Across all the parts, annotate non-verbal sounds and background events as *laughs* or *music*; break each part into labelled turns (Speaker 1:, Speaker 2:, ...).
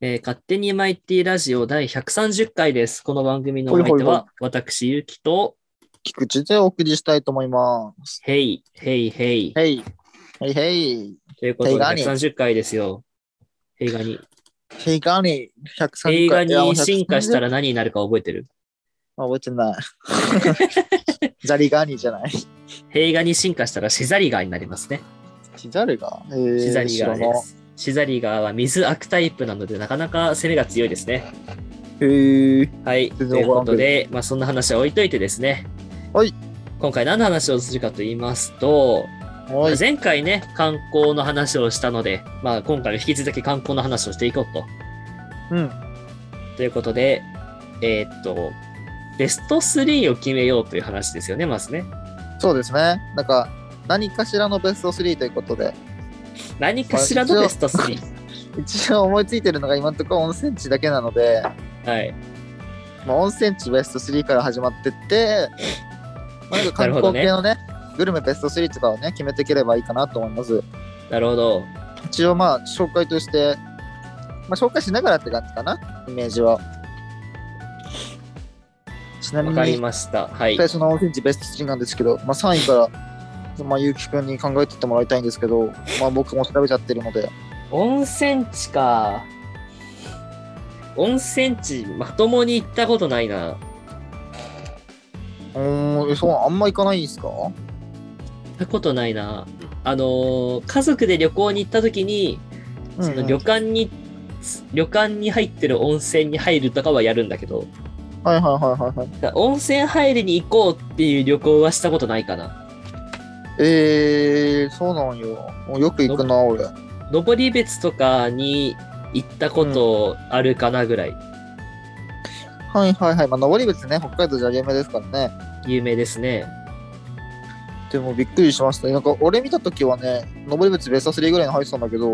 Speaker 1: えー勝手に MIT ラジオ第130回です。この番組のお相手
Speaker 2: ほいほい
Speaker 1: は、私、ゆきと、
Speaker 2: 菊池でお送りしたいと思います。
Speaker 1: ヘイ、ヘイ、ヘイ。
Speaker 2: へい。へいへい。
Speaker 1: ということ
Speaker 2: ヘイ
Speaker 1: で、
Speaker 2: ガニ
Speaker 1: 130回ですよ。ヘイガニ。
Speaker 2: へいがに103回。
Speaker 1: ヘイガに進化した
Speaker 2: ら。
Speaker 1: ら何になるか覚えてる
Speaker 2: あ覚えてない。 *laughs* ザリガニじゃない。
Speaker 1: ヘイガに進化したらシザリガーになりますね。
Speaker 2: シザルガえー
Speaker 1: シザリガー
Speaker 2: 知ら
Speaker 1: で
Speaker 2: な
Speaker 1: す。シザリガーは水アクタイプなので、なかなか攻めが強いですね。
Speaker 2: へー
Speaker 1: はい。と
Speaker 2: 全
Speaker 1: い
Speaker 2: 然
Speaker 1: う
Speaker 2: わ
Speaker 1: こ
Speaker 2: からんけど
Speaker 1: とで、まあ、そんな話は置いといてですね。
Speaker 2: はい。
Speaker 1: 今回何の話をするかと言いますと、
Speaker 2: おい。
Speaker 1: 前回ね、観光の話をしたので、まあ、今回も引き続き観光の話をしていこうと。
Speaker 2: うん。
Speaker 1: ということで、えーっと、ベスト3を決めようという話ですよね、まずね。
Speaker 2: そうですね。なんか、何かしらのベスト3ということで、
Speaker 1: 何かしらのベスト3。
Speaker 2: 一応思いついてるのが今のところ温泉地だけなので、
Speaker 1: はい。
Speaker 2: まあ、温泉地ベスト3から始まって *laughs* って、まあ、なんか観光系のねグルメベスト3とかをね決めていければいいかなと思います
Speaker 1: なるほど。
Speaker 2: 一応まあ紹介として、まあ、紹介しながらって感じかなイメージはちなみ
Speaker 1: わ
Speaker 2: に
Speaker 1: かりました。はい。
Speaker 2: 最初の温泉地ベスト3なんですけど、まあ、3位から、まあ、ゆうきくんに考えてってもらいたいんですけど、まあ、僕も調べちゃってるので
Speaker 1: 温泉地か。温泉地、まともに行ったことないな。
Speaker 2: うーんそうあんま行かないんですか
Speaker 1: 行ったことないな。あのー家族で旅行に行った時に、その旅館に、旅館に入ってる温泉に入るとかはやるんだけど、
Speaker 2: はいはいはいはいはい
Speaker 1: だから温泉入りに行こうっていう旅行はしたことないかな。
Speaker 2: えー、そうなんよよく行くな俺
Speaker 1: 登別とかに行ったことあるかなぐらい
Speaker 2: はいはいはい。まあ、登別ね、北海道じゃ有名ですからね。
Speaker 1: 有名ですね。
Speaker 2: でもびっくりしました。なんか俺見た時はね、登別ベスト3ぐらいに入ってたんだけど、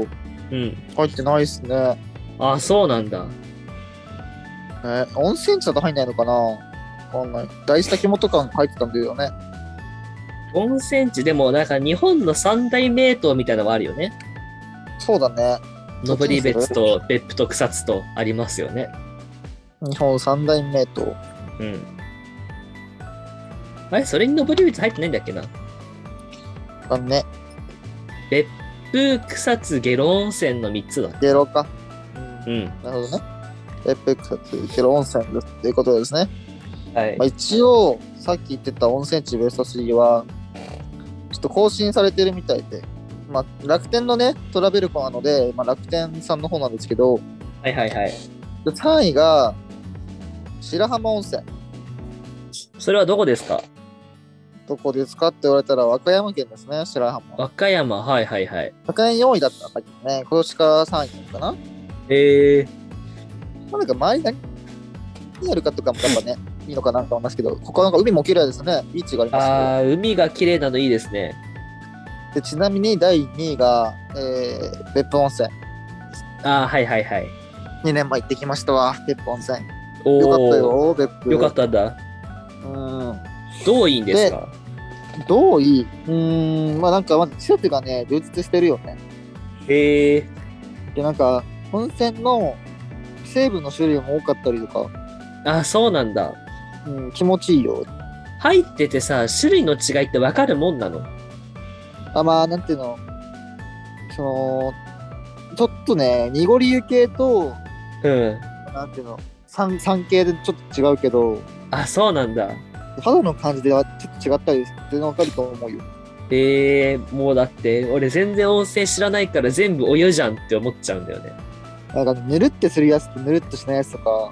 Speaker 1: うん。
Speaker 2: 入ってないっすね。
Speaker 1: あ、そうなんだ。
Speaker 2: ね温泉地だと入んないのかなわかんない。大事滝本館入ってたんだよね。
Speaker 1: 温泉地でもなんか日本の三大名湯みたいなのはあるよね。
Speaker 2: そうだね。
Speaker 1: 登別と別府と草津とありますよね。
Speaker 2: 日本三大名湯。
Speaker 1: うん。あれそれに登別入ってないんだっけな
Speaker 2: だね。
Speaker 1: 別府、草津、下呂温泉の3つだ。
Speaker 2: ゲロか。
Speaker 1: うん。
Speaker 2: なるほどね。エペックス、ゲロ温泉ですっていうことですね。
Speaker 1: はい
Speaker 2: まあ、。一応、さっき言ってた温泉地ベスト3は、ちょっと更新されてるみたいで、まあ、楽天のね、トラベルコなので、まあ、楽天さんの方なんですけど、
Speaker 1: はいはいはい。
Speaker 2: で3位が、白浜温泉。
Speaker 1: それはどこですか
Speaker 2: どこですかって言われたら、和歌山県ですね、白浜。
Speaker 1: 和歌山、はいはいはい。
Speaker 2: 和歌山4位だったんだけどね、今年から3位かな。ま
Speaker 1: へえ。
Speaker 2: あ、なんか周り何やるかとかもやっぱ
Speaker 1: *laughs*
Speaker 2: ね、いいのかなと思いますけど、ここはなんか海も綺麗ですね、ビーチがありますけど。
Speaker 1: あー、海が綺麗なのいいですね。
Speaker 2: でちなみに第2位が、えー、別府温泉。
Speaker 1: あー、はいはいはい。
Speaker 2: 2年前行ってきましたわ、別府温泉。
Speaker 1: おー
Speaker 2: よかった。よ、別府。
Speaker 1: よかったんだ。
Speaker 2: うん。
Speaker 1: どういいんですか
Speaker 2: どういいうん、まあなんか、まず施設がね、充実してるよね。
Speaker 1: へえ。
Speaker 2: で、なんか、温泉の成分の種類も多かったりとか、
Speaker 1: あー、そうなんだ。
Speaker 2: うん、気持ちいいよ。
Speaker 1: 入っててさ、種類の違いってわかるもんなの
Speaker 2: あ、まあ、なんていうの、その、ちょっとね、濁り湯系と、
Speaker 1: うん。
Speaker 2: なんていうの、酸酸系でちょっと違うけど、
Speaker 1: あ、そうなんだ。
Speaker 2: 肌の感じではちょっと違ったり、全然わかると思うよ。
Speaker 1: ええ、もうだって、俺全然温泉知らないから全部お湯じゃんって思っちゃうんだよね。
Speaker 2: なんか、ぬるってするやつとぬるっとしないやつとか、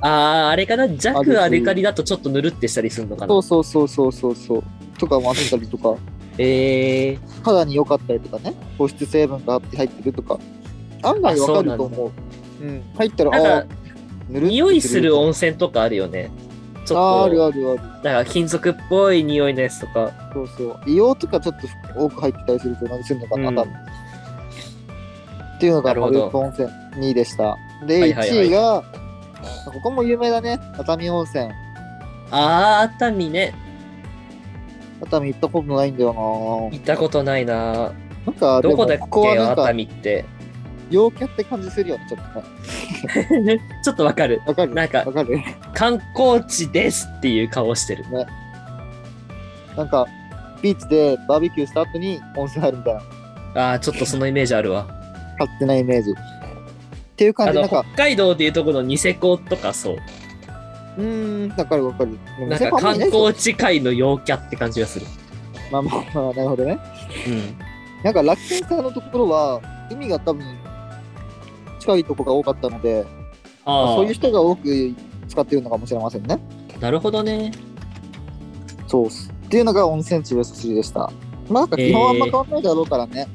Speaker 1: あー、あれかな
Speaker 2: あるし
Speaker 1: 弱アルカリだとちょっとぬるってしたりするのか
Speaker 2: そ
Speaker 1: な
Speaker 2: うそうそうそうそうそう、とかもあったりとか。
Speaker 1: ええ
Speaker 2: 肌に良かったりとかね保湿成分が入ってるとか案外わかると思ううん入ったら
Speaker 1: な
Speaker 2: あ
Speaker 1: んか、
Speaker 2: ーぬるっと
Speaker 1: 匂いする温泉とかあるよね。ち
Speaker 2: あー
Speaker 1: ょ
Speaker 2: あ
Speaker 1: っと、
Speaker 2: るあるある
Speaker 1: なんか金属っぽい匂いのやつとか。
Speaker 2: そうそう硫黄とかちょっと多く入ってたりすると何するのかな、
Speaker 1: うん
Speaker 2: 多分っていうのが
Speaker 1: なるほど
Speaker 2: 別府温泉2位でしたで、
Speaker 1: はいはいはい
Speaker 2: 1位がここも有名だね熱海温泉
Speaker 1: あー、熱海ね。
Speaker 2: 熱海行ったことないんだよ
Speaker 1: 行ったことないな。
Speaker 2: ななんか
Speaker 1: どこだっ
Speaker 2: でもここは
Speaker 1: け
Speaker 2: なん
Speaker 1: 熱
Speaker 2: か
Speaker 1: 海って。 *laughs*
Speaker 2: 陽キャって感じするよね、ちょっとね。
Speaker 1: ちょっとわかる。
Speaker 2: わかる
Speaker 1: なんか
Speaker 2: わかる
Speaker 1: 観光地ですっていう顔してる。
Speaker 2: なんか、ビーチでバーベキューした後に温泉入るみたいな、
Speaker 1: ああ、ちょっとそのイメージあるわ。
Speaker 2: 勝手なイメージ。っていう感
Speaker 1: あ
Speaker 2: じ、な
Speaker 1: の、
Speaker 2: んか
Speaker 1: 北、海道っていうところのニセコとかそう。
Speaker 2: うーん、わかるわかる。でも
Speaker 1: なんか
Speaker 2: ニセコあ
Speaker 1: 観
Speaker 2: んまりいないですよ
Speaker 1: 光地界の陽キャって感じがする。
Speaker 2: まあまあまあ、なるほどね。
Speaker 1: うん。
Speaker 2: なんか楽天さんのところは、海が多分、近いとこが多かったので、まあ
Speaker 1: あ
Speaker 2: そういう
Speaker 1: あ、
Speaker 2: 人が多く使っているのかもしれませんね。
Speaker 1: なるほどね。
Speaker 2: そうっす。っていうのが温泉地ベスト3でした。まあなんか基本あんま変わんないだろうからね、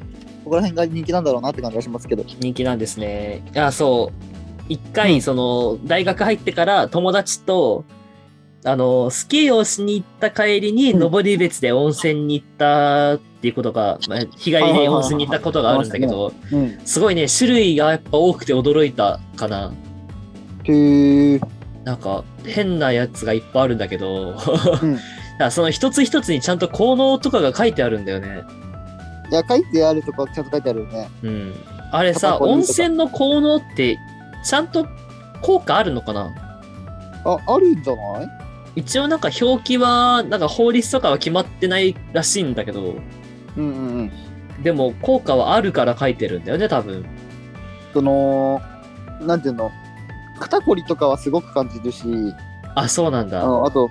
Speaker 2: ここら辺が人気なんだろうなって感じがしますけど。
Speaker 1: 人気なんですね。いや、そう。一回、その、大学入ってから友達と、あの、スキーをしに行った帰りに、
Speaker 2: うん
Speaker 1: 登別で温泉に行ったっていうことが、まあ、日帰りで温泉に行ったことがあるんだけ
Speaker 2: はいは
Speaker 1: ど、
Speaker 2: うん。
Speaker 1: すごいね、種類がやっぱ多くて驚いたかな。
Speaker 2: へえ。
Speaker 1: なんか、変なやつがいっぱいあるんだけど、 *laughs*
Speaker 2: うん
Speaker 1: だからその一つ一つにちゃんと効能とかが書いてあるんだよね。
Speaker 2: いや、書いてあるとかちゃんと書いてあるよね。
Speaker 1: うん。あれ
Speaker 2: タバ
Speaker 1: さ、
Speaker 2: コの
Speaker 1: 温
Speaker 2: 匂いとか
Speaker 1: 泉の効能って、ちゃんと効果あるのかな
Speaker 2: あ、あるんじゃない
Speaker 1: 一応なんか表記は、なんか法律とかは決まってないらしいんだけど、
Speaker 2: うんうんうん。
Speaker 1: でも効果はあるから書いてるんだよね、多分。
Speaker 2: その、なんていうの、肩こりとかはすごく感じるし、
Speaker 1: あ、そうなんだ。
Speaker 2: あのあと、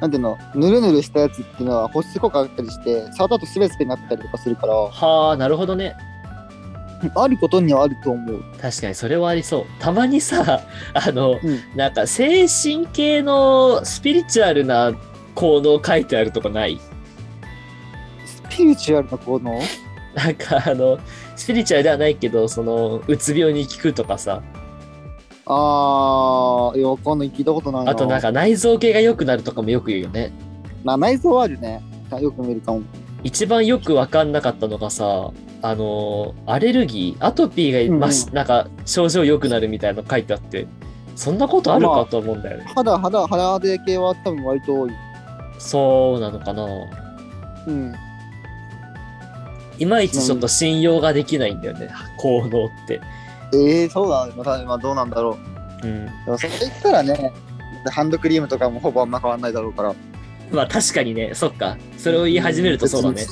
Speaker 2: なんていうの、ぬるぬるしたやつっていうのは保湿効果があったりして、触った後スベスベになったりとかするから、 *laughs*
Speaker 1: はあ、なるほどね。
Speaker 2: あることにはあると思う。
Speaker 1: 確かにそれはありそう。たまにさ、 *laughs* あの、
Speaker 2: うん
Speaker 1: なんか精神系のスピリチュアルな効能書いてあるとこない
Speaker 2: スピリチュアルな効能
Speaker 1: なんかあの、スピリチュアルではないけど、その、うつ病に効くとかさ、
Speaker 2: あー、いや、わかんない。聞いたことないな。
Speaker 1: あとなんか内臓系が良くなるとかもよく言うよね。
Speaker 2: まあ、内臓はあるね。よく見るかも。
Speaker 1: 一番よく分かんなかったのがさあのーアレルギーアトピーが、まし
Speaker 2: う
Speaker 1: なんか症状良くなるみたいなの書いてあってそんなことある
Speaker 2: ま
Speaker 1: か
Speaker 2: あ
Speaker 1: と思うんだよね、
Speaker 2: 肌、肌、肌で系は多分割と多い。
Speaker 1: そうなのかな
Speaker 2: うん。
Speaker 1: いまいちちょっと信用ができないんだよね効能って、
Speaker 2: ええー、そうだね。また、まあ、どうなんだろ
Speaker 1: うん、
Speaker 2: う。でも、それ言ったらね、ハンドクリームとかもほぼあんま変わんないだろうから。
Speaker 1: まあ確かにねそっかそれを言い始めるとそうだね、
Speaker 2: ん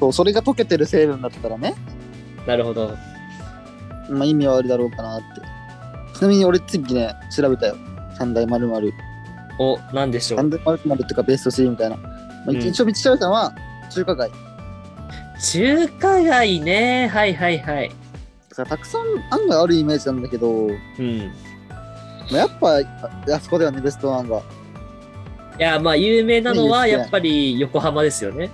Speaker 2: そう、それが溶けてる成分だったらね、
Speaker 1: なるほど
Speaker 2: まあ、意味はあるだろうかなって。ちなみに俺、次ね、調べたよ。三大まるまる。
Speaker 1: おなんでしょ
Speaker 2: 三
Speaker 1: う
Speaker 2: 大まるまるってか、ベスト3みたいな。まあ、
Speaker 1: うん
Speaker 2: 一応、道調べたのは、中華街。
Speaker 1: 中華街ねはいはいはい
Speaker 2: だからたくさん案外あるイメージなんだけど、
Speaker 1: うん
Speaker 2: まあ、やっぱああそこだよねベストワンが
Speaker 1: いやまあ有名なのはい
Speaker 2: いですね
Speaker 1: やっぱり横浜ですよね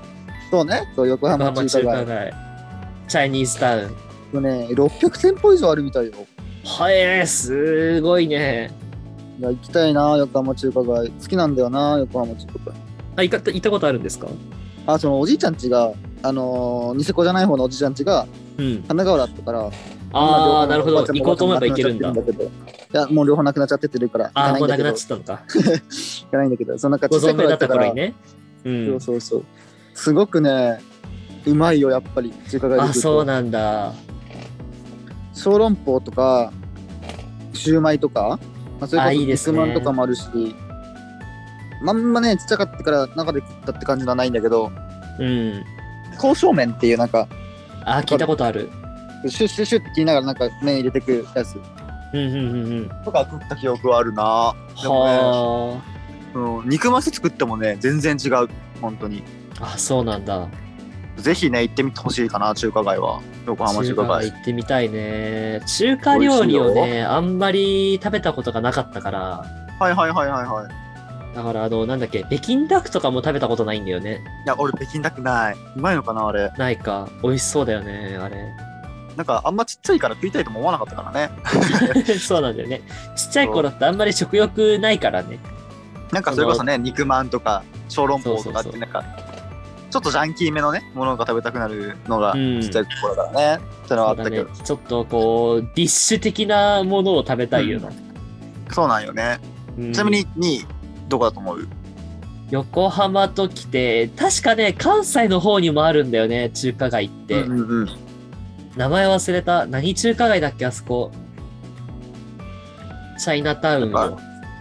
Speaker 2: そうねそう
Speaker 1: 横
Speaker 2: 横浜
Speaker 1: 浜
Speaker 2: 中
Speaker 1: 中
Speaker 2: 華
Speaker 1: 華
Speaker 2: 街
Speaker 1: 街チャイニーズタウン
Speaker 2: もうね600店舗以上あるみたいよ
Speaker 1: はえー、すごいね。
Speaker 2: いや行きたいな横浜中華街好きなんだよな横浜中華街
Speaker 1: あ、行か行ったことあるんですか
Speaker 2: あそのおじいちゃんちがあのーニセコじゃない方のおじいちゃんちが
Speaker 1: うん。
Speaker 2: 神奈川だったから
Speaker 1: ああ、な
Speaker 2: 今
Speaker 1: る
Speaker 2: 両
Speaker 1: ほど。
Speaker 2: 方のおばあちゃん
Speaker 1: 行こうと思えば行けるんだ
Speaker 2: おば。あちゃんも両方亡くなっちゃってるんだけどいや
Speaker 1: あ
Speaker 2: もう両方なくなっちゃっててるから行か
Speaker 1: あ、
Speaker 2: ない
Speaker 1: もう
Speaker 2: んだ
Speaker 1: な
Speaker 2: け
Speaker 1: く
Speaker 2: ど
Speaker 1: なっちゃ
Speaker 2: 行
Speaker 1: ったのか。
Speaker 2: かないんだけどそのなんか
Speaker 1: ご
Speaker 2: 小さい
Speaker 1: 存命だ
Speaker 2: 頃だっ
Speaker 1: った
Speaker 2: たか
Speaker 1: 頃
Speaker 2: ら
Speaker 1: にね。う。
Speaker 2: そうんそうそうすごくねうまいよやっぱり中華街出て
Speaker 1: あ、
Speaker 2: くると
Speaker 1: そうなんだ。
Speaker 2: 小籠包とかシューマイとか、まあ、それこ
Speaker 1: あ
Speaker 2: そ
Speaker 1: いいです
Speaker 2: 肉
Speaker 1: ね
Speaker 2: まんとかもあるしまんまねちっちゃかったから中で食ったって感じはないんだけど
Speaker 1: うん。
Speaker 2: 刀削麺っていうなんか
Speaker 1: あー、聞いたことある。
Speaker 2: シュッシュッシュッって切りながらなんか麺入れてくやつ
Speaker 1: うんうんうんうん。
Speaker 2: とか食った記憶はあるなでもね、
Speaker 1: は
Speaker 2: うん、肉まん作ってもね全然違う本当に
Speaker 1: あ。あ、そうなんだ。
Speaker 2: ぜひね行ってみてほしいかな中華街は横
Speaker 1: 中華街行ってみたいね。中華料理を
Speaker 2: 美味し
Speaker 1: ね、あんまり食べたことがなかったから。
Speaker 2: はいはいはいはいはい
Speaker 1: だから、あの、なんだっけ、北京ダックとかも食べたことないんだよね。
Speaker 2: いや俺北京ダックないうまいのかなあれ
Speaker 1: ないか。美味しそうだよね、あれ。
Speaker 2: なんかあんまちっちゃいから食いたいとも思わなかったからね
Speaker 1: *laughs* そうなんだよね。ちっちゃい頃ってあんまり食欲ないからね。
Speaker 2: なんかそれこそね肉まんとか小籠包とかっ
Speaker 1: そうそうそ
Speaker 2: て
Speaker 1: う
Speaker 2: なんかちょっとジャンキーめのねものが食べたくなるのが
Speaker 1: うん
Speaker 2: ちっちゃい頃だからね、ってのは
Speaker 1: そ
Speaker 2: あっ
Speaker 1: う
Speaker 2: た
Speaker 1: だ
Speaker 2: けど
Speaker 1: ね
Speaker 2: そう,、。
Speaker 1: ちょっとこう、ディッシュ的なものを食べたいような。
Speaker 2: なんよね、
Speaker 1: うん
Speaker 2: ちなみに2位どこだと思う
Speaker 1: 横浜と来て、確かね、関西の方にもあるんだよね、中華街って。
Speaker 2: うんうんうん
Speaker 1: 名前忘れた。何中華街だっけ、あそこ。チャイナタウン
Speaker 2: は
Speaker 1: の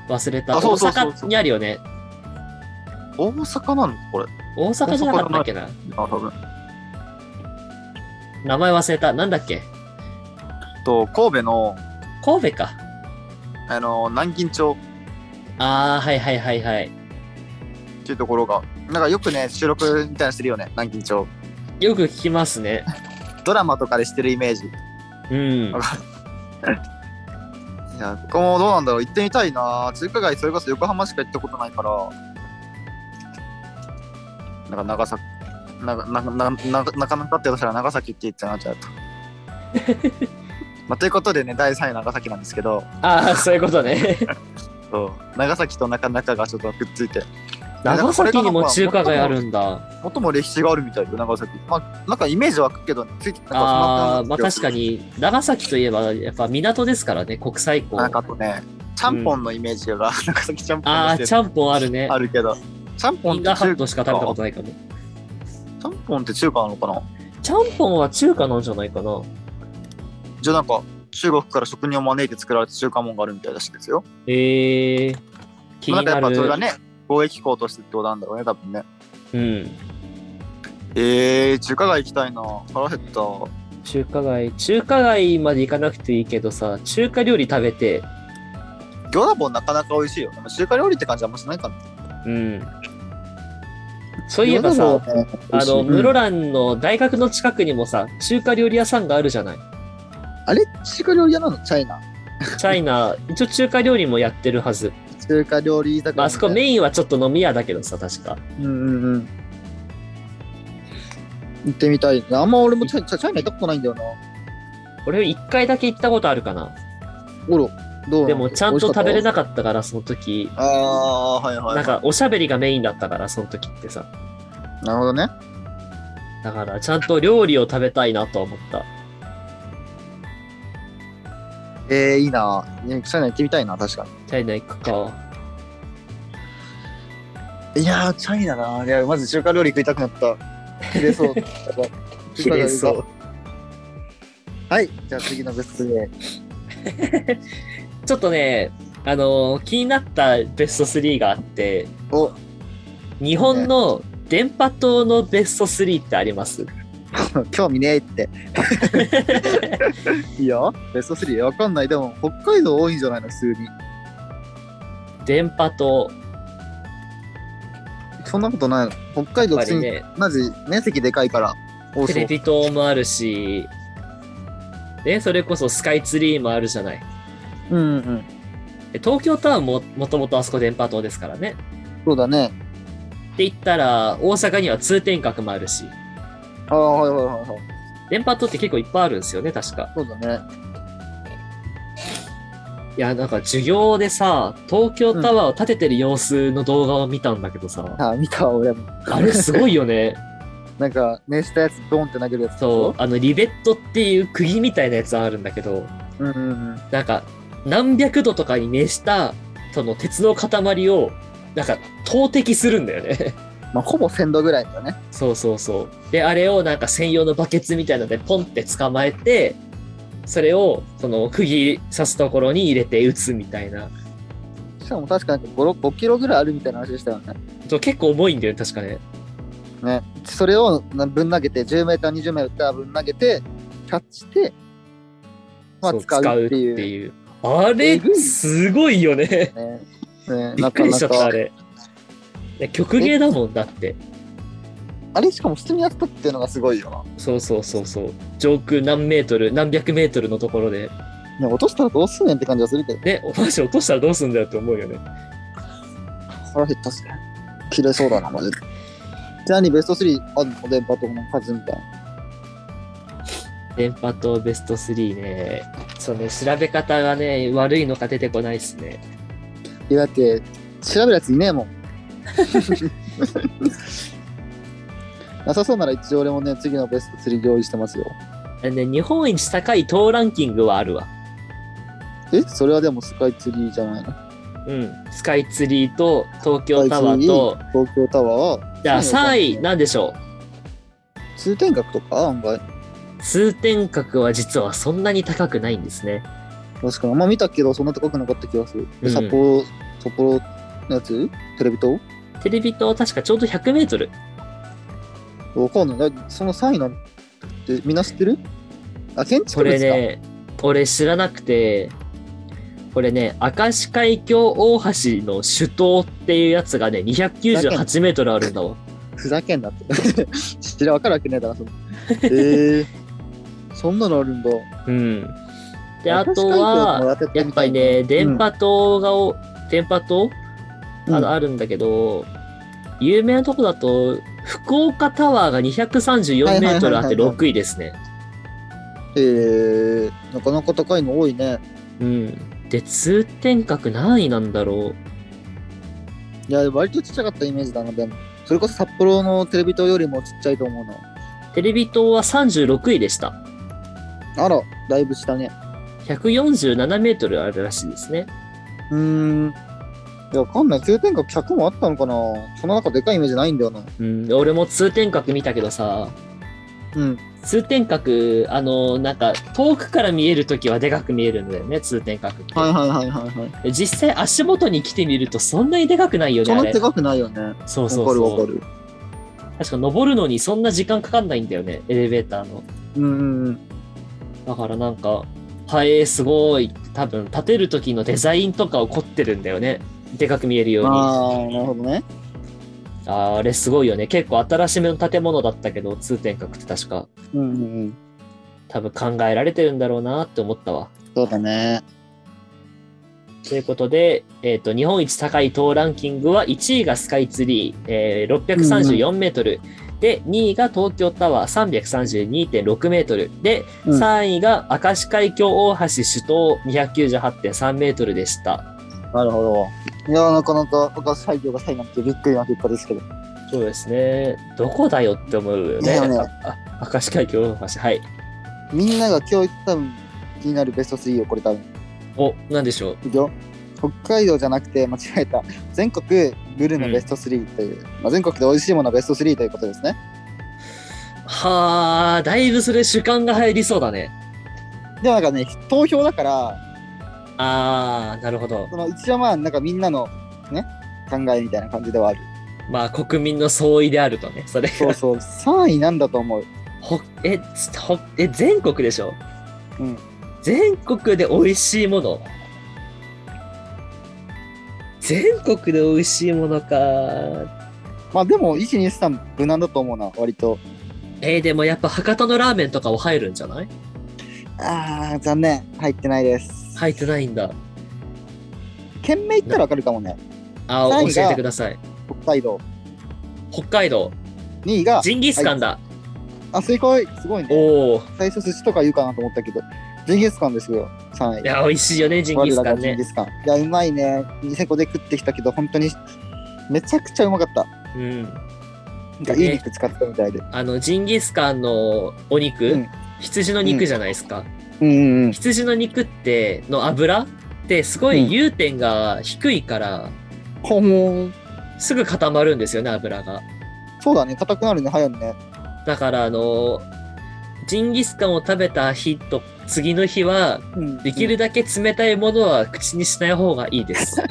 Speaker 1: 忘れた。
Speaker 2: あ
Speaker 1: 大
Speaker 2: そうそうそうそ
Speaker 1: 阪
Speaker 2: う
Speaker 1: にあるよね。
Speaker 2: 大阪なのこれ。
Speaker 1: 大阪じゃなかったっけな。
Speaker 2: あ、多分。
Speaker 1: 名前忘れた。なんだっけ
Speaker 2: と、神戸の、
Speaker 1: 神戸か。
Speaker 2: あの、南京町
Speaker 1: ああ、はいはいはいはい。
Speaker 2: っていうところが、なんかよくね、収録みたいなのしてるよね、南京町。
Speaker 1: よく聞きますね。
Speaker 2: ドラマとかでしてるイメージ。 *laughs*
Speaker 1: うん。
Speaker 2: いや、ここもどうなんだろう、行ってみたいな。中華街、それこそ横浜しか行ったことないから。なんか長崎、なかなかなかなかなかなかって私ら長崎って言ってなっちゃうと。まあ、ということでね、第3位長崎なんですけど、
Speaker 1: ああ、そういうことね。
Speaker 2: *laughs* そう長崎となかなかがちょっとくっついて、
Speaker 1: 長崎にも中華街あるんだ。
Speaker 2: もっとも歴史があるみたいよ、長崎。まあ、なんかイメージ湧くけど、ついてなんかそんな
Speaker 1: ああー、まあ
Speaker 2: 感
Speaker 1: 確
Speaker 2: じ
Speaker 1: かに、長崎といえば、やっぱ港ですからね、国際港。
Speaker 2: なんか
Speaker 1: あ
Speaker 2: あとね、ちゃんぽんのイメージが、長崎ちゃんぽん
Speaker 1: あ
Speaker 2: の
Speaker 1: ー、
Speaker 2: せい
Speaker 1: ちゃんぽんあるね。
Speaker 2: あるけど、ちゃんぽん
Speaker 1: イ
Speaker 2: っ
Speaker 1: ン
Speaker 2: て
Speaker 1: ガーハ
Speaker 2: 中
Speaker 1: ッ
Speaker 2: 華
Speaker 1: トしか食べたことないかも。
Speaker 2: ちゃんぽんって中華なのかな
Speaker 1: ちゃんぽんは中華なんじゃないかな。
Speaker 2: じゃあなんか中国から職人を招いて作られた中華もんがあるみたいらしいですよ。
Speaker 1: ええー、気
Speaker 2: まあ
Speaker 1: に
Speaker 2: なん
Speaker 1: な
Speaker 2: かやっぱそれ
Speaker 1: る。
Speaker 2: がね、貿易港としてってことなんだろうね、多分ね。
Speaker 1: うん。
Speaker 2: えー、中華街行きたいな。腹減った。
Speaker 1: 中華街、中華街まで行かなくていいけどさ、中華料理食べて、
Speaker 2: 餃子もなかなか美味しいよ。でも中華料理って感じはあんましないかな。
Speaker 1: うん。そういえばさ、
Speaker 2: 餃子もね、
Speaker 1: あの、
Speaker 2: 美味しい
Speaker 1: 室蘭の大学の近くにもさ、中華料理屋さんがあるじゃない。
Speaker 2: あれ中華料理屋なのチャイナ。
Speaker 1: チャイナ、一応中華料理もやってるはず。
Speaker 2: 中華料理居酒屋みたいな、
Speaker 1: まあ、あそこメインはちょっと飲み屋だけどさ、確か。
Speaker 2: うんうんうん。行ってみたい。あんま俺もチャイチャイナ行ったことないんだよな。
Speaker 1: 俺一回だけ行ったことあるかな。
Speaker 2: おろ、どう
Speaker 1: でもちゃんと食べれ
Speaker 2: な
Speaker 1: なかったから、その時。
Speaker 2: ああー、はいはい。
Speaker 1: なんかおしゃべりがメインだったから、その時ってさ。
Speaker 2: なるほどね。
Speaker 1: だからちゃんと料理を食べたいなとは思った。
Speaker 2: えー、いいな。ねチャイナ行ってみたいな、確か
Speaker 1: チャイナ行くか。
Speaker 2: に。いやー、チャイナな。いや、まず中華料理食いたくなった。 *laughs* 切れそう。
Speaker 1: 切れそう。
Speaker 2: はい、じゃあ次のベスト3。
Speaker 1: ちょっとね、あのー気になったベスト3があって、
Speaker 2: お、 *laughs*
Speaker 1: 日本の電波塔のベスト3ってあります
Speaker 2: 興味ねえって。 *laughs* いいよ。ベスト3。わかんない。でも、北海道多いんじゃないの、普通に。
Speaker 1: 電波塔。
Speaker 2: そんなことないの。北海道
Speaker 1: やっぱり
Speaker 2: 普通に、
Speaker 1: ね、
Speaker 2: なぜ面積でかいから、多
Speaker 1: テ
Speaker 2: そう
Speaker 1: レ。ビ塔もあるし、ね、それこそスカイツリーもあるじゃない。
Speaker 2: うんうん。
Speaker 1: で東京タワーももともとあそこ電波塔ですからね。
Speaker 2: そうだね。
Speaker 1: って言ったら、大阪には通天閣もあるし、
Speaker 2: ああ、はいはいはいはい。
Speaker 1: 電波塔って結構いっぱいあるんですよね、確か。
Speaker 2: そうだね。
Speaker 1: いや、なんか授業でさ、東京タワーを建ててる様子の動画を見たんだけどさ、
Speaker 2: ああ、見たわ俺も。
Speaker 1: あれすごいよ
Speaker 2: *laughs*
Speaker 1: ね。
Speaker 2: なんか、熱したやつ、ドンって投げるやつ。
Speaker 1: そう、あの、リベットっていう釘みたいなやつあるんだけど、
Speaker 2: う。うんうんうん。
Speaker 1: なんか、何百度とかに熱した、その鉄の塊を、なんか、投擲するんだよね。
Speaker 2: まあ、ほぼ1000度ぐらいだよね。
Speaker 1: そうそうそう。で、あれをなんか専用のバケツみたいなのでポンって捕まえて、それをその釘刺すところに入れて打つみたいな。
Speaker 2: しかも確かなんか 5, 5キロぐらいあるみたいな話でしたよね。
Speaker 1: そう結構重いんだよね、確かね。
Speaker 2: ね。それをなぶん投げて、10メーター、20メーターぶん投げて、キャッチして、まあ、
Speaker 1: そう
Speaker 2: 使うっていう。
Speaker 1: 使うあ
Speaker 2: え
Speaker 1: れ
Speaker 2: ぐ、い
Speaker 1: すごいよね。 *laughs*
Speaker 2: ねね
Speaker 1: びっ
Speaker 2: な
Speaker 1: く
Speaker 2: か
Speaker 1: り
Speaker 2: な
Speaker 1: しちゃった、あ
Speaker 2: か。
Speaker 1: れ。いや曲芸だもんだって。
Speaker 2: あれしかも普通にやったっていうのがすごいよ
Speaker 1: そうそうそうそう。上空何メートル、何百メートルのところで。
Speaker 2: な。ね、落としたらどうすんねんって感じがするけど、
Speaker 1: ね、お箸落としたらどうすんだよって思うよね。
Speaker 2: 腹減ったっすね。切れそうだな、マジで。ちなみにベスト3あるの電波とこの数みたいな。
Speaker 1: 電波とベスト3ね。そうね、調べ方がね、悪いのか出てこないっすね。
Speaker 2: いや、だって、調べるやつい
Speaker 1: *laughs*
Speaker 2: ねえもん。なさそうなら一応俺もね、次のベスト3用意してますよ。
Speaker 1: ね、日本一高い塔ランキングはあるわ。
Speaker 2: えそれはでもスカイツリーじゃないの
Speaker 1: うん。スカイツリーと東京タワーと、
Speaker 2: 東京タワーは
Speaker 1: じゃあ
Speaker 2: そうなの
Speaker 1: 3位なんでしょ
Speaker 2: 通天閣とか案外
Speaker 1: う通天閣は実はそんなに高くないんですね。
Speaker 2: 確かに。あんま見たけど、そんな高くなかった気がする。
Speaker 1: う
Speaker 2: で、
Speaker 1: ん
Speaker 2: 札幌、札幌のやつテレビ塔
Speaker 1: テレビ塔確かちょうど100メートル。
Speaker 2: わかんない。だその3位なんて、みんな知ってるあ、建
Speaker 1: こ
Speaker 2: 築物
Speaker 1: れ
Speaker 2: か。
Speaker 1: ね、俺知らなくて、これね、明石海峡大橋の主塔っていうやつがね、298メートルあるんだわ。
Speaker 2: ふざけんなって。 *laughs* 知ってるわかるわけねえだろ、その。ええそんなのあるんだ。
Speaker 1: うん。で、あ
Speaker 2: 私
Speaker 1: と
Speaker 2: 海
Speaker 1: は、
Speaker 2: 外でも
Speaker 1: やっぱりね、電波塔がお、電波塔あのあるんだけど、有名なとこだと、福岡タワーが234メートルあって6位ですね。
Speaker 2: えーなかなか高いの多いね。
Speaker 1: うん。で、通天閣何位なんだろ
Speaker 2: いや、割とちっちゃかったイメージだな、でも。それこそ札幌のテレビ塔よりもちっちゃいと思うな。
Speaker 1: う。テレビ塔は36位でした。
Speaker 2: あら、だいぶ下ね。
Speaker 1: 147メートルあるらしいですね。
Speaker 2: うーん。いや、わかんない。通天閣100もあったのかなその中でかいイメージないんだよな。
Speaker 1: うん、俺も通天閣見たけどさ、
Speaker 2: うん。
Speaker 1: 通天閣、あの、なんか、遠くから見えるときはでかく見えるんだよね、通天閣って。
Speaker 2: はいはいはいはいはい。
Speaker 1: で実際足元に来てみるとそんなにでかくないよね、
Speaker 2: そん
Speaker 1: あ
Speaker 2: な
Speaker 1: れ
Speaker 2: で。かくないよね。わか
Speaker 1: そうそう
Speaker 2: るわ
Speaker 1: そ
Speaker 2: か
Speaker 1: う。
Speaker 2: る。
Speaker 1: 確か登るのにそんな時間かかんないんだよね、エレベーターの。
Speaker 2: うんうんうん。
Speaker 1: だからなんか、はえー、すごい。多分、建てる時のデザインとかを凝ってるんだよね。でかく見えるように。
Speaker 2: ああ、なるほどね。
Speaker 1: あーあれすごいよね。結構新しめの建物だったけど、通天閣って確か。
Speaker 2: うんうんうん。
Speaker 1: 多分考えられてるんだろうなって思ったわ。
Speaker 2: そうだね。
Speaker 1: ということで、えっと日本一高い塔ランキングは1位がスカイツリー、えー、634メートル、で2位が東京タワー332.6メートルで、
Speaker 2: うん
Speaker 1: 3位が明石海峡大橋主塔298.3メートルでした。
Speaker 2: なるほど。いや、なかなか、僕は採業が最後なんてびっくりな結果ですけど。
Speaker 1: そうですね。どこだよって思うよね。
Speaker 2: だよね
Speaker 1: ああ明石海峡大橋。はい。
Speaker 2: みんなが今日多分気になるベスト3よ、これ多分。
Speaker 1: お、なんでしょう。
Speaker 2: いくよ北海道じゃなくて間違えた全国グルメベスト3という、まあ、全国で美味しいものベスト3ということですね
Speaker 1: はあ、だいぶそれ主観が入りそうだね。
Speaker 2: でもなんかね投票だから
Speaker 1: ああ、なるほど。
Speaker 2: その一応まあなんかみんなのね考えみたいな感じではある
Speaker 1: まあ国民の総意であるとね。それ
Speaker 2: そうそう3位なんだと思う
Speaker 1: ほえつほえ全国でしょ、
Speaker 2: うん、
Speaker 1: 全国で美味しいもの全国で美味しいものか
Speaker 2: まあでも123無難だと思うな割と
Speaker 1: えーでもやっぱ博多のラーメンとかは入るんじゃない
Speaker 2: あー残念入ってないです
Speaker 1: 入ってないんだ
Speaker 2: 県名言ったらわかるかもね
Speaker 1: あ
Speaker 2: 三位が
Speaker 1: 教えてください
Speaker 2: 北海道
Speaker 1: 北海道
Speaker 2: 2位が
Speaker 1: ジンギスカンだ、
Speaker 2: あ正解すごいね
Speaker 1: おお
Speaker 2: 最初寿司とか言うかなと思ったけどジンギスカンですよ3位
Speaker 1: いや美味しいよねジンギスカン
Speaker 2: ジン
Speaker 1: ね
Speaker 2: ギスカン。いや、うまいね。ニセコで食ってきたけど、本当にめちゃくちゃうまかった。
Speaker 1: うん
Speaker 2: なんかいい肉使ってたみたいで。
Speaker 1: あのジンギスカンのお肉、
Speaker 2: うん
Speaker 1: 羊の肉じゃないですか、
Speaker 2: うんうんうん。
Speaker 1: 羊の肉っての油ってすごい融点が低いから、
Speaker 2: ほほん。
Speaker 1: すぐ固まるんですよね油が
Speaker 2: そうだね。硬くなるね。早いね。
Speaker 1: だからあのジンギスカンを食べた日と次の日は
Speaker 2: うん
Speaker 1: できるだけ冷たいものは口にしない方がいい
Speaker 2: *laughs*
Speaker 1: です、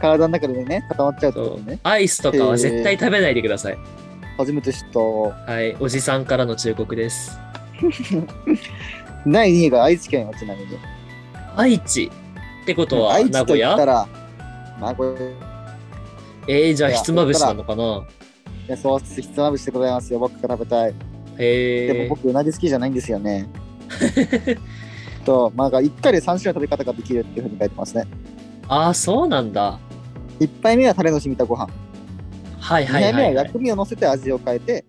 Speaker 2: 体の中でね、固まっちゃうって
Speaker 1: そ
Speaker 2: こと
Speaker 1: う
Speaker 2: ね。
Speaker 1: アイスとかは絶対食べないでください
Speaker 2: 初めて知った。
Speaker 1: はいおじさんからの忠告です
Speaker 2: 第2位が愛知県はちなみに。
Speaker 1: 愛知ってことは
Speaker 2: 愛
Speaker 1: 名
Speaker 2: 知と
Speaker 1: 古
Speaker 2: 言
Speaker 1: 屋
Speaker 2: ったら、名古屋。
Speaker 1: えー、じゃあひつまぶしなのかない
Speaker 2: やそう、ひつまぶしでございますよ。僕が食べたい。で
Speaker 1: え
Speaker 2: も僕、うなぎ好きじゃないんですよね。と、まあ、1回で3種類の食べ方ができるっていうふうに書いてますね。
Speaker 1: ああそうなんだ
Speaker 2: 1杯目はタレの染みたご飯。
Speaker 1: はい
Speaker 2: 2
Speaker 1: はいは、
Speaker 2: 杯目はい
Speaker 1: はい、
Speaker 2: 薬味を乗せて味を変えて、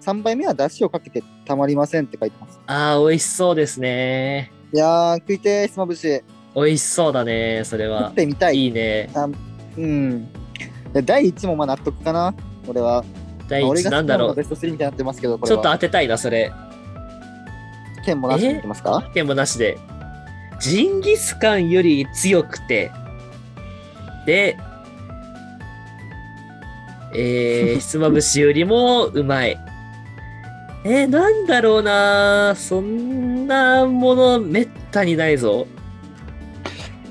Speaker 2: 3杯目は出汁をかけてたまりませんって書いてます。
Speaker 1: ああ美味しそうですね
Speaker 2: いやー、食いてー、ひつまぶし。
Speaker 1: 美味しそうだねそれ
Speaker 2: 食っ
Speaker 1: は
Speaker 2: てみたい。
Speaker 1: いいね
Speaker 2: うん。で第1問、まあ納得かな。俺は。
Speaker 1: 第
Speaker 2: 俺
Speaker 1: 一な
Speaker 2: が好
Speaker 1: ん
Speaker 2: き
Speaker 1: だ
Speaker 2: な
Speaker 1: ろ
Speaker 2: の
Speaker 1: う
Speaker 2: がベスト3みたいになってますけど、こ
Speaker 1: ち
Speaker 2: れ
Speaker 1: ょっと
Speaker 2: は。
Speaker 1: 当てたいな、それ。
Speaker 2: 剣もなしにいきますか
Speaker 1: でもなしで。ジンギスカンより強くて、で、
Speaker 2: *laughs*
Speaker 1: えー、ひつまぶしよりもうまい。えー、なんだろうなそんなものめったにないぞ。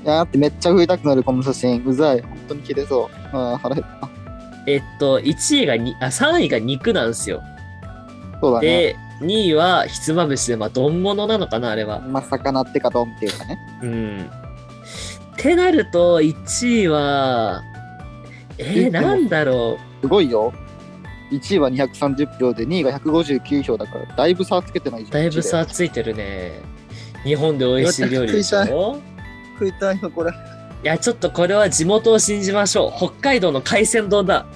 Speaker 2: いやーってめっちゃ食いたくなるこの写真うざい本当に切れそうあー腹減った
Speaker 1: えっと、1位がに、あ、3位が肉なんですよ。
Speaker 2: そうだね
Speaker 1: で、2位はひつまぶしで、まあ、丼物なのかな、あれは。
Speaker 2: まあ魚ってかドンっていうかね
Speaker 1: うん。ってなると、1位は、え
Speaker 2: え
Speaker 1: ー、なんだろ
Speaker 2: すごいよ1位は230票で2位が159票だからだいぶ差つけてないじゃ
Speaker 1: う。
Speaker 2: ん
Speaker 1: だいぶ
Speaker 2: 1位
Speaker 1: 差ついてるね。日本で美味しい料理でし
Speaker 2: めちゃくち
Speaker 1: ょ
Speaker 2: で食いたいよこれ
Speaker 1: いや、ちょっとこれは地元を信じましょう。北海道の海鮮丼だ。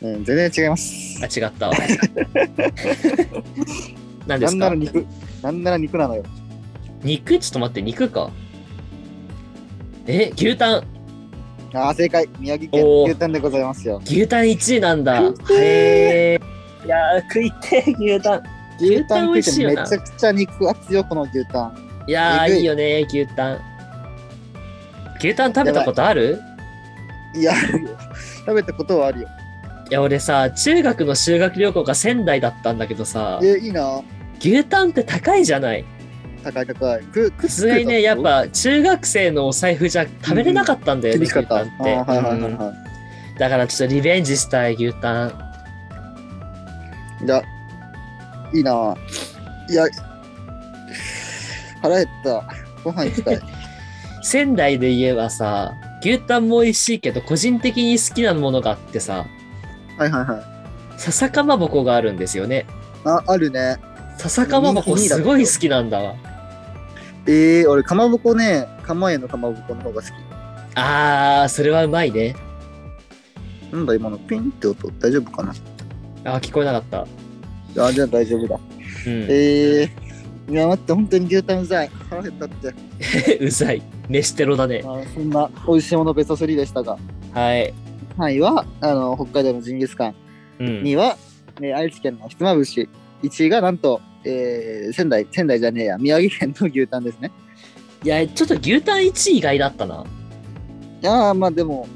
Speaker 2: うん全然違います
Speaker 1: あ、違 *laughs* ったわ。何で
Speaker 2: な
Speaker 1: す
Speaker 2: んな
Speaker 1: から
Speaker 2: 肉なんなら肉なのよ
Speaker 1: 肉ちょっと待って、肉か。え、牛タン。
Speaker 2: ああ正解宮城県
Speaker 1: おー
Speaker 2: 牛タンでございますよ
Speaker 1: 牛タン1位なんだ。へえ。いやー、食いてー牛タン。牛タン美味しいよ
Speaker 2: 牛
Speaker 1: な
Speaker 2: タン食ってめちゃくちゃ肉厚よこの牛タン
Speaker 1: いや
Speaker 2: えぐ
Speaker 1: ー、
Speaker 2: い
Speaker 1: いいよね、牛タン。牛タン食べたことある
Speaker 2: いや食べたことはあるよ
Speaker 1: いや、俺さ、中学の修学旅行が仙台だったんだけどさ、
Speaker 2: えいいな
Speaker 1: 牛タンって高いじゃない。
Speaker 2: 高い高いく
Speaker 1: 普
Speaker 2: く
Speaker 1: 通にね、やっぱ中学生のお財布じゃ食べれなかったんだよね、
Speaker 2: 厳しか
Speaker 1: 牛
Speaker 2: った
Speaker 1: タ
Speaker 2: あ
Speaker 1: ンっ
Speaker 2: ー
Speaker 1: て。
Speaker 2: はいはいはい
Speaker 1: うん
Speaker 2: は
Speaker 1: だからちょっとリベンジしたい、牛タン。
Speaker 2: いいやいいないや腹減ったご飯行
Speaker 1: *laughs*
Speaker 2: きたい
Speaker 1: 仙台で言えばさ、牛タンも美味しいけど、個人的に好きなものがあってさ、
Speaker 2: はいはいはい
Speaker 1: 笹かまぼこがあるんですよね。
Speaker 2: ああるね
Speaker 1: 笹かまぼこすごい好きなんだわ。
Speaker 2: えー、俺かまぼこね釜屋のかまぼこの方が好き
Speaker 1: あー、それはうまいね。
Speaker 2: なんだ今のピンって音大丈夫かな
Speaker 1: あー、聞こえなかった。
Speaker 2: あじゃあ大丈夫だ
Speaker 1: うん、
Speaker 2: えー、いや待って本当に牛タンうざい腹減ったって
Speaker 1: *laughs* うざい。飯テロだね
Speaker 2: あ。ーそんな美味しいものベスト3でしたが
Speaker 1: はい。
Speaker 2: 3位はあの北海道のジンギスカン
Speaker 1: うん。
Speaker 2: 2位は、えー愛知県のひつまぶし1位がなんと、えー仙台仙台じゃねえや宮城県の牛タンですね
Speaker 1: いや、ちょっと牛タン1位以外だったな。
Speaker 2: いやーまあでも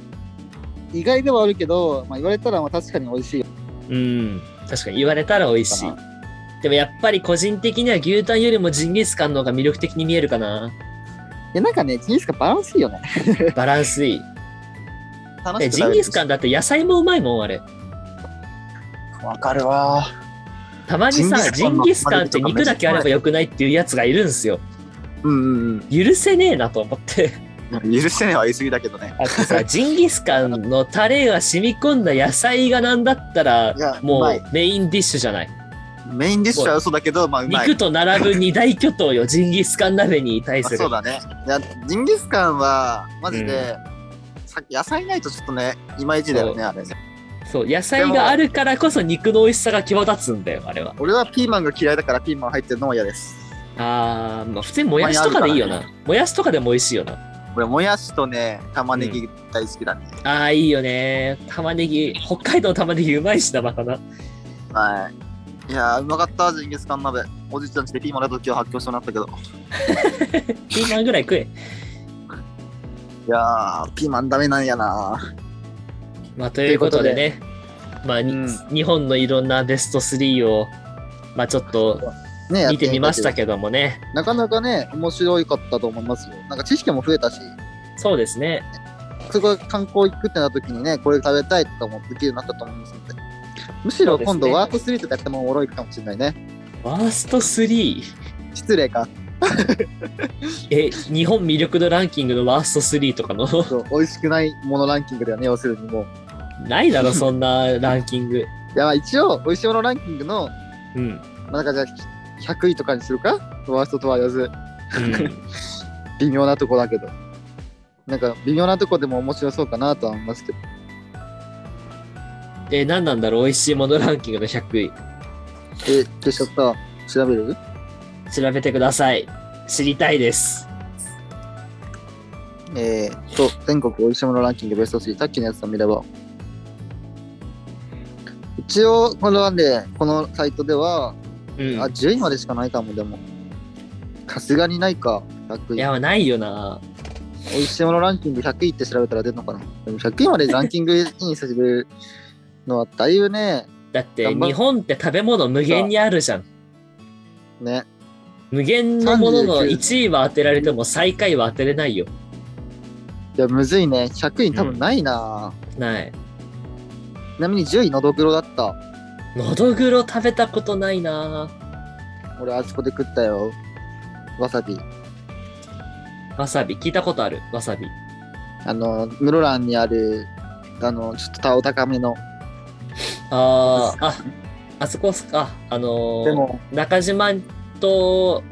Speaker 2: 意外ではあるけど、まあ、言われたらまあ確かに美味しいよ
Speaker 1: うん。確かに言われたら美味しい。でもやっぱり個人的には牛タンよりもジンギスカンの方が魅力的に見えるかな。
Speaker 2: いやなんかねジンギスカンバランスいいよね
Speaker 1: バランスいい。
Speaker 2: 楽
Speaker 1: え
Speaker 2: しく食べ
Speaker 1: ジ
Speaker 2: れ
Speaker 1: ン
Speaker 2: る
Speaker 1: ギスカンだって野菜もうまいもん、あれ。
Speaker 2: わかるわ
Speaker 1: たまにさ、ジ
Speaker 2: ジ
Speaker 1: ン
Speaker 2: ン
Speaker 1: ギ
Speaker 2: ギ
Speaker 1: ス
Speaker 2: ス
Speaker 1: カ
Speaker 2: カ
Speaker 1: ン
Speaker 2: ン
Speaker 1: って肉だけあればよくないっていうやつがいるんすよ。
Speaker 2: うんうん
Speaker 1: 許せねえなと思って。
Speaker 2: うん許せねえは言い過ぎだけどね
Speaker 1: あとさ、ジンギスカンのタレが染み込んだ野菜がなんだったら
Speaker 2: い、や
Speaker 1: も
Speaker 2: もう
Speaker 1: うメインディッシュじゃない。
Speaker 3: メインディッシュは嘘だけど、まあ、うまい。
Speaker 1: 肉と並ぶ二大巨頭よ、ジンギスカン鍋に対
Speaker 3: ますあ
Speaker 1: る
Speaker 3: そう。だね。いや、ジンギスカンは、マジで、さ野菜ないとちょっとね、いまいちだよね、あれ。
Speaker 1: そう、野菜があるからこそ肉の美味しさが際立つんだよ、あれは。
Speaker 3: 俺はピーマンが嫌いだから、ピーマン入ってるのも嫌です。
Speaker 1: あー、まあ、普通にもやしとかでいいよな。もやしとかでも美味しいよな。
Speaker 3: 俺、もやしとね、玉ねぎ大好きだね。
Speaker 1: あー、いいよね。玉ねぎ、北海道の玉ねぎうまいしな、バカな。
Speaker 3: はい。いやー、うまかった、ジンギスカン鍋。おじいちゃんちでピーマンの時を発狂してもらったけど。
Speaker 1: ピーマンぐらい食え。
Speaker 3: いやー、ピーマンダメなんやな。
Speaker 1: まあ、ということでね、まあ、に
Speaker 2: うん
Speaker 1: 日本のいろんなベスト3を、まあ、ちょっと
Speaker 2: ね
Speaker 1: 見てみました
Speaker 2: け
Speaker 1: けどもね、
Speaker 2: どなかなかね面白かったと思いますよなんか知識も増えたし
Speaker 1: そうですね、
Speaker 2: そこ観光行くってなった時にねこれ食べたいとかもできるようになったと思いますのでむしろ
Speaker 1: そ
Speaker 2: 今
Speaker 1: うです
Speaker 2: 度
Speaker 1: ね
Speaker 2: ワープ3とかやってもおもろいかもしれないね
Speaker 1: ワースト3、
Speaker 2: 失礼か
Speaker 1: え、日本魅力度ランキングのワースト3とかの、 *laughs*
Speaker 2: そう美味しくないものランキングだよね要するにもう
Speaker 1: ないだろ、そんなランキン
Speaker 2: *laughs*
Speaker 1: グ。
Speaker 2: いやまあ一応美味しいものランキングの、
Speaker 1: うん。
Speaker 2: まあ、なんかじゃあ100位とかにするかワーストとは言わず
Speaker 1: うん
Speaker 2: 微妙なとこだけどなんか微妙なとこでも面白そうかなとは思いますけど
Speaker 1: え、何なんだろう、美味しいものランキングの100位。
Speaker 2: え消しちゃった調べる
Speaker 1: 調べてください。知りたいです。
Speaker 2: えー、と全国美味しいものランキングベスト3さっきのやつを見れば一応これはねこのサイトでは、
Speaker 1: うん
Speaker 2: あ。10位までしかないかもでもさすがにないか100
Speaker 1: い
Speaker 2: 位
Speaker 1: や、ないよな。
Speaker 2: 美味しいものランキング100位って調べたら出るのかなでも100位までランキングインさせるのはだいぶね
Speaker 1: だって、
Speaker 2: 頑張っ
Speaker 1: 日本って食べ物無限にあるじゃん。
Speaker 2: ね。
Speaker 1: 無限のものの
Speaker 2: 39
Speaker 1: 1位は当てられても最下位は当てれないよ。
Speaker 2: いや、むずいね。100位多分ないな、
Speaker 1: ない。
Speaker 2: ちなみに10位のどぐろだった。
Speaker 1: のどぐろ食べたことないな
Speaker 2: 俺、あそこで食ったよ。わさび。
Speaker 1: わさび、聞いたことある。わさび。
Speaker 2: あの、室蘭にある、あの、ちょっとたお高めの。
Speaker 1: あー、あ、あそこっすか、あのー
Speaker 2: でも、
Speaker 1: 中島と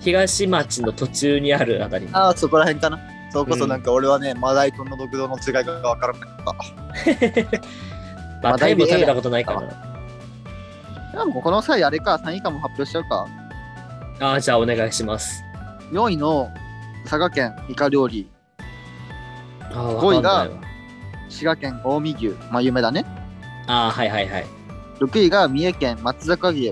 Speaker 1: 東町の途中にあるあたり。
Speaker 3: ああ、そこら辺かな。それこそなんか俺はね、マダイとの毒道の違いが分からなかった。
Speaker 1: ま
Speaker 2: ま
Speaker 1: あ、
Speaker 2: あ
Speaker 1: タイも
Speaker 2: だいぶ
Speaker 1: 食
Speaker 2: ええ
Speaker 1: べ
Speaker 2: や
Speaker 1: たことないから。
Speaker 2: なんかこの際あれか、3位以下も発表しちゃうか。
Speaker 1: ああ、じゃあお願いします。
Speaker 2: 4位の佐賀県イカ料理、
Speaker 1: ああ、わかんないわ。
Speaker 2: 滋賀県近江牛、まあ有名だね。
Speaker 1: ああ、はいはいはい。
Speaker 2: 6位が三重県松坂牛、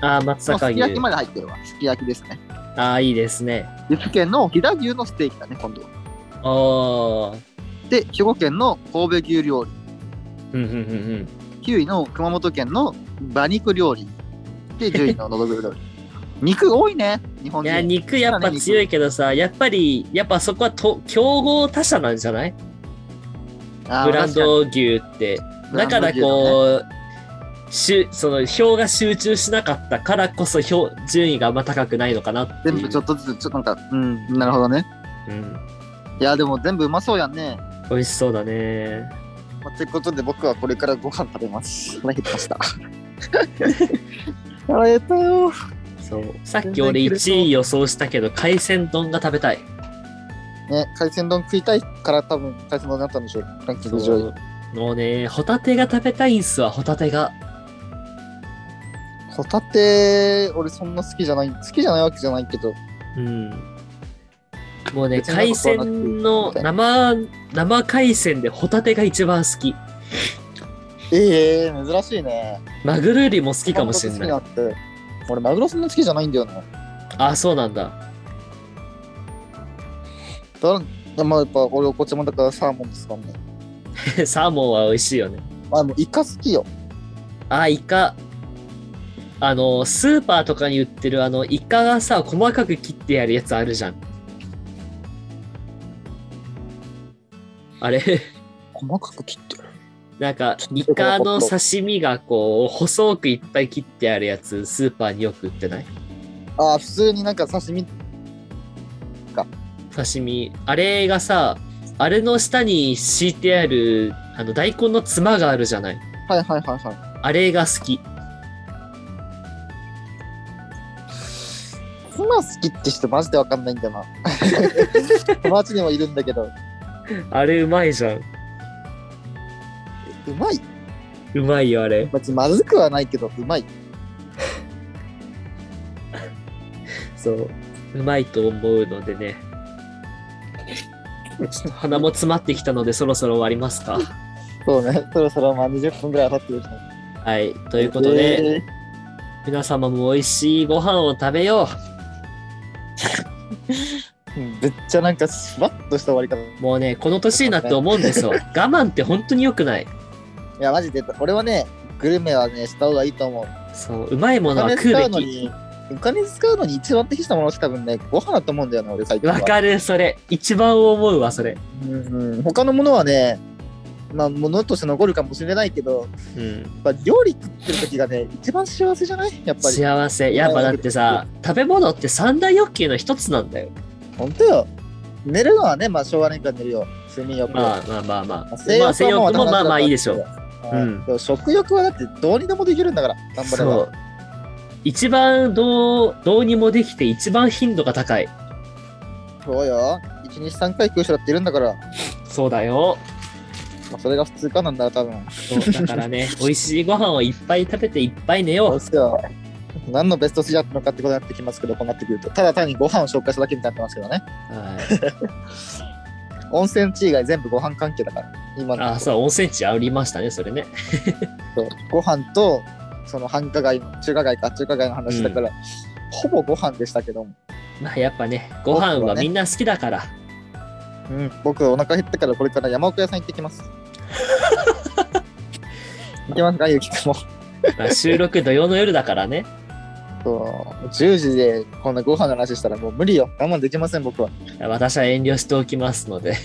Speaker 1: ああ、松
Speaker 2: まあ
Speaker 1: 阪
Speaker 2: すき焼き
Speaker 1: 牛。
Speaker 2: まで入ってるわ。すき焼きですね。
Speaker 1: ああ、いいですね。
Speaker 2: 岐阜県の飛騨牛のステーキだね、今度は。
Speaker 1: ああ、
Speaker 2: で、兵庫県の神戸牛料理、
Speaker 1: うんうんうん
Speaker 2: 9位の熊本県の馬肉料理、で、10位ののどぐろ料
Speaker 1: *laughs*
Speaker 2: 理。肉多いね、日
Speaker 1: う
Speaker 2: 本
Speaker 1: ん。いや、
Speaker 2: 人。
Speaker 1: 肉やっぱ強いけどさ、やっぱり、やっぱそこはと競合他社なんじゃない
Speaker 2: あー
Speaker 1: ブランド牛って。
Speaker 2: 確
Speaker 1: だ
Speaker 2: に
Speaker 1: から
Speaker 2: ブランド牛だ
Speaker 1: こ
Speaker 2: ね
Speaker 1: う、しゅその票が集中しなかったからこそ票順位があんま高くないのかなっていう
Speaker 2: 全部ちょっとずつ、ちょっとなんか、うん、なるほどね。
Speaker 1: うん、
Speaker 2: いや、でも全部うまそうやんね。
Speaker 1: 美味しそうだね
Speaker 2: まあ、ということで僕はこれからご飯食べます。腹減ってま
Speaker 1: *laughs*
Speaker 2: した。腹減ったよ。
Speaker 1: そうさっ
Speaker 2: 全
Speaker 1: き
Speaker 2: 然
Speaker 1: 俺
Speaker 2: いけるそう
Speaker 1: 1位予想したけど海鮮丼が食べたい
Speaker 2: ね、海鮮丼食いたいから多分海鮮丼になったんでしょう。ランキング上位。
Speaker 1: もうねホタテが食べたいんすわホタテが
Speaker 2: ホタテ、俺そんな好きじゃない、好きじゃないわけじゃないけど、
Speaker 1: うんもうね
Speaker 2: 別になん
Speaker 1: 海
Speaker 2: かそうなって
Speaker 1: 鮮の生生海鮮でホタテが一番好き
Speaker 2: ええ珍しいね。
Speaker 1: マグロよりも好きかもしれない
Speaker 2: マグロ好きなんて俺マグロそんな好きじゃないんだよな。
Speaker 1: あそうなんだ *laughs*
Speaker 2: だらまあやっぱ俺こっちもだからサーモンですからね。
Speaker 1: サーモンは美味しいよね
Speaker 2: あ、もうイカ好きよ。
Speaker 1: あ、イカ。あの、スーパーとかに売ってる、あの、イカがさ、細かく切ってやるやつあるじゃん。あれ、 *laughs*
Speaker 2: 細かく切ってる。
Speaker 1: なんか、イカの刺身がこう、細くいっぱい切ってあるやつ、スーパーによく売ってない
Speaker 2: あ、普通になんか刺身、
Speaker 1: 刺身。あれがさ、あれの下に敷いてある、あの、大根のつまがあるじゃない。
Speaker 2: はいはいはいはい。
Speaker 1: あれが好き。
Speaker 2: 妻好きって人マジでわかんないんだよ
Speaker 1: *laughs*
Speaker 2: な友達にもいるんだけど
Speaker 1: あれうまいじゃん。
Speaker 2: うまいう
Speaker 1: まいよ、あれ。
Speaker 2: 別にまずくはないけどうまい
Speaker 1: そう、うまいと思うのでね。ちょっと鼻も詰まってきたので、そろそろ終わりますか。
Speaker 2: そうねそろそろまあ20分ぐらい経ってるしね
Speaker 1: はい、ということで、
Speaker 2: え
Speaker 1: 皆様も美味しいご飯を食べよ。
Speaker 2: ーうんめっちゃなんかふわっとした終わり方いう
Speaker 1: もうね、この年になって思うんです *laughs* よ。我慢って本当に良くない。
Speaker 2: やマジで俺はねグルメはねした方がいいと思う
Speaker 1: そう、うまいも
Speaker 2: お
Speaker 1: のは食
Speaker 2: 金
Speaker 1: う
Speaker 2: 使う
Speaker 1: べ
Speaker 2: の
Speaker 1: き。
Speaker 2: にお金使うのに一番適したものって多分ねご飯だと思うんだよね俺最近は
Speaker 1: わかる、それ。一番思うわ、それ。
Speaker 2: うんうん他のものはねまあ物として残るかもしれないけど
Speaker 1: うん。
Speaker 2: やっぱ料理食ってる時がね一番幸せじゃないやっぱり
Speaker 1: 幸せ。やっぱだってさ、食べ物って三大欲求の一つなんだよ。
Speaker 2: 本当よ。寝るのはね、まあ、しょうがないから寝るよ。睡眠欲。
Speaker 1: まあまあまあまあ。
Speaker 2: 性
Speaker 1: まあ、
Speaker 2: 欲
Speaker 1: 性欲
Speaker 2: は
Speaker 1: も
Speaker 2: う
Speaker 1: まあまあいいでしょう。。
Speaker 2: はい
Speaker 1: うん
Speaker 2: でも食欲はだってどうにでもできるんだから、頑張れ
Speaker 1: そ
Speaker 2: ば。
Speaker 1: う一番どうどうにもできて一番頻度が高い
Speaker 2: そうよ。1日3回食う人だっているんだから、ま
Speaker 1: そうだよ
Speaker 2: あ、それが普通かなんだよ、多分。
Speaker 1: そうだから *laughs* ね美味しいご飯をいっぱい食べていっぱい寝よ
Speaker 2: そう
Speaker 1: う
Speaker 2: っすよ。何のベストスジャッのかってことになってきますけど、こうなってくると。ただ単にご飯を紹介しただけになってますけどね。
Speaker 1: はい
Speaker 2: 温泉地以外全部ご飯関係だから。今の
Speaker 1: あそう温泉地ありましたねそれね
Speaker 2: そうご飯と、その繁華街の、中華街か、中華街の話だから、ほぼご飯でしたけども。
Speaker 1: まあやっぱねご飯はみんな好きだ
Speaker 2: *laughs*
Speaker 1: から、
Speaker 2: うん、僕お腹減ったからこれから山奥屋さん行ってきます。 *laughs* 行きますか、ゆうきくんも。
Speaker 1: まあ収録土曜の夜だからね
Speaker 2: そう10時でこんなご飯の話したらもう無理よ我慢できません僕は
Speaker 1: 私は遠慮しておきますので、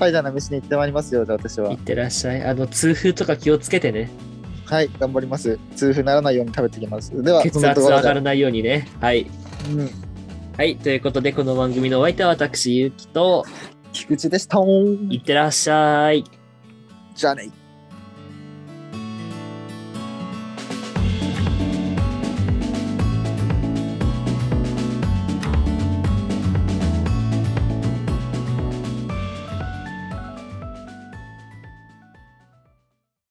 Speaker 2: パイダーな飯に行ってまいりますよじゃあ私はい
Speaker 1: ってらっしゃい。あの、痛風とか気をつけてね。
Speaker 2: はい頑張ります痛風ならないように食べてきますでは
Speaker 1: 血
Speaker 2: そんな
Speaker 1: 圧
Speaker 2: ところ
Speaker 1: 上
Speaker 2: で
Speaker 1: がらないようにね。はい。
Speaker 2: うん、
Speaker 1: はい。ということで、この番組のお相手は私、ゆうきと、
Speaker 2: 菊池でしたー
Speaker 1: いってらっしゃい。
Speaker 2: じゃあね